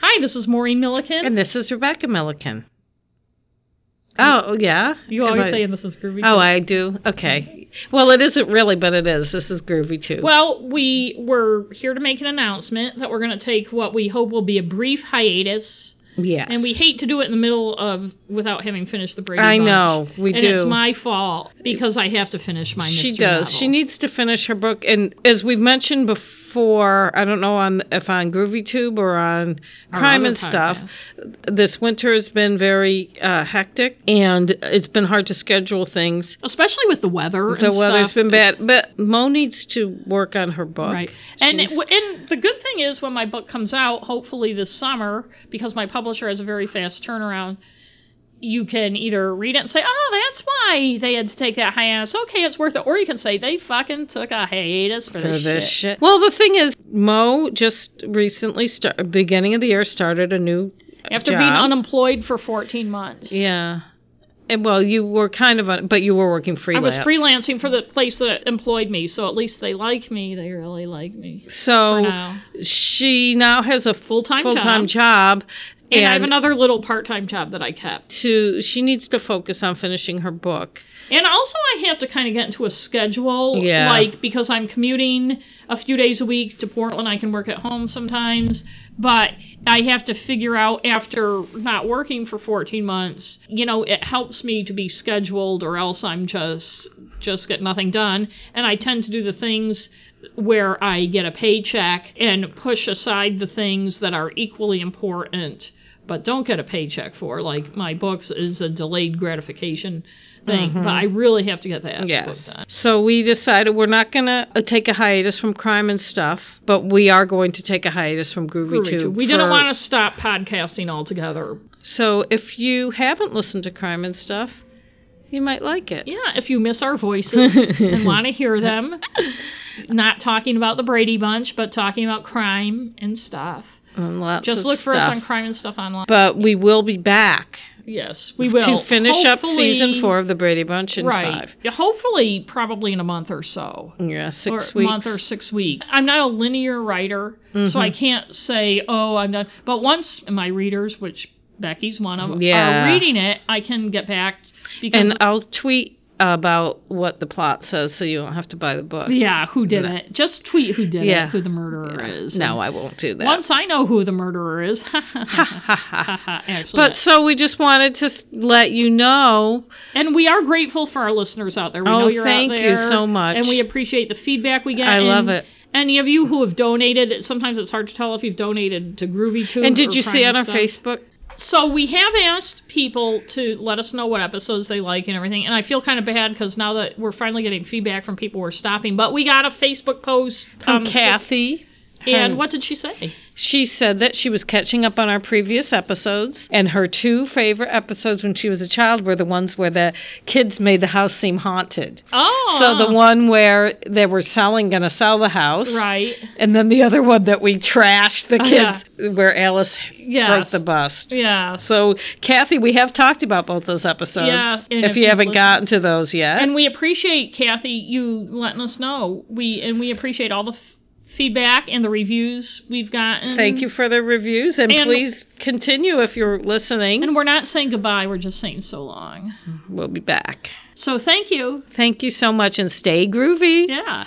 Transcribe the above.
Hi, this is Maureen Milliken. And this is Rebecca Milliken. Oh, yeah. you always Am I- say, and this is groovy. Oh, too. I do. Okay. Well, it isn't really, but it is. This is groovy too. Well, we were here to make an announcement that we're going to take what we hope will be a brief hiatus. yes. And we hate to do it in the middle of without having finished the Brady I Bunch. know, we and do. It's my fault because I have to finish my. She mystery does. novel. She needs to finish her book. And as we've mentioned before, I don't know on if on Groovy Tube or on Our Crime other and Stuff, podcast. this winter has been very uh, hectic and it's been hard to schedule things. especially with the weather. The and weather's stuff. been bad. But Mo needs to work on her book. Right. And it, She's- and the good thing is when my book comes out, hopefully this summer, because my publisher has a very fast turnaround, you can either read it and say, "Oh, that's why they had to take that hiatus. Okay, it's worth it," or you can say, "They fucking took a hiatus for, for this, this shit." shit. Well, the thing is, Mo just recently, start, beginning of the year, started a new After job. being unemployed for 14 months, Yeah. And, well, you were kind of, un- but you were working I freelance. was freelancing for the place that employed me, so at least they like me. They really like me. So now. she now has a Full-time full-time job, And, I have another little part-time job that I kept. to she needs to focus on finishing her book. And also, I have to kind of get into a schedule, Yeah. like because I'm commuting a few days a week to Portland. I can work at home sometimes, but I have to figure out after not working for 14 months. You know, it helps me to be scheduled, or else I'm just just get nothing done. And I tend to do the things where I get a paycheck and push aside the things that are equally important but don't get a paycheck for. Like my books is a delayed gratification thing, but I really have to get that Yes. book done. So we decided we're not going to take a hiatus from crime and stuff, but we are going to take a hiatus from Groovy, Groovy Tube. We didn't want to stop podcasting altogether. So if you haven't listened to crime and stuff, you might like it. Yeah, if you miss our voices and want to hear them, not talking about the Brady Bunch, but talking about crime and stuff. And lots Just of look for us stuff. on Crime and Stuff Online. But we will be back Yes, we will to finish up Hopefully- season four of the Brady Bunch in Right. five. Yeah, Hopefully, probably in a month or so. Yeah, six or weeks. Mm-hmm. month or six weeks. I'm not a linear writer, so I can't say, oh, I'm done. But once my readers, which Becky's one of, Yeah. are reading it, I can get back because And I'll tweet about what the plot says so you don't have to buy the book. yeah, who did it? Just tweet who did Yeah. it, who the murderer is. No, I won't do that. Once I know who the murderer is, actually, but so we just wanted to s- let you know. and we are grateful for our listeners out there. We Oh, know you're thank out you there, so much. and we appreciate the feedback we get. I and love it. Any of you who have donated, sometimes it's hard to tell if you've donated to Groovy Tube. And did you see on our Facebook? Facebook? So we have asked people to let us know what episodes they like and everything, and I feel kind of bad because now that we're finally getting feedback from people, we're stopping. But we got a Facebook post From this- um, Kathy. and her- what did she say? She said that she was catching up on our previous episodes, and her two favorite episodes when she was a child were the ones where the kids made the house seem haunted. Oh, So the one where they were selling, going to sell the house, right, Oh, And then the other one that we trashed the yeah. kids, where Alice Yes. broke the bust. yeah. So Kathy, we have talked about both those episodes. Yes, and if, if you you've haven't listened- gotten to those yet, and we appreciate Kathy you letting us know. We and we appreciate all the f- feedback and the reviews we've gotten. thank you for the reviews, and, And- please continue if you're listening. And we're not saying goodbye. We're just saying so long. we'll be back. So thank you. Thank you so much, and stay groovy. Yeah.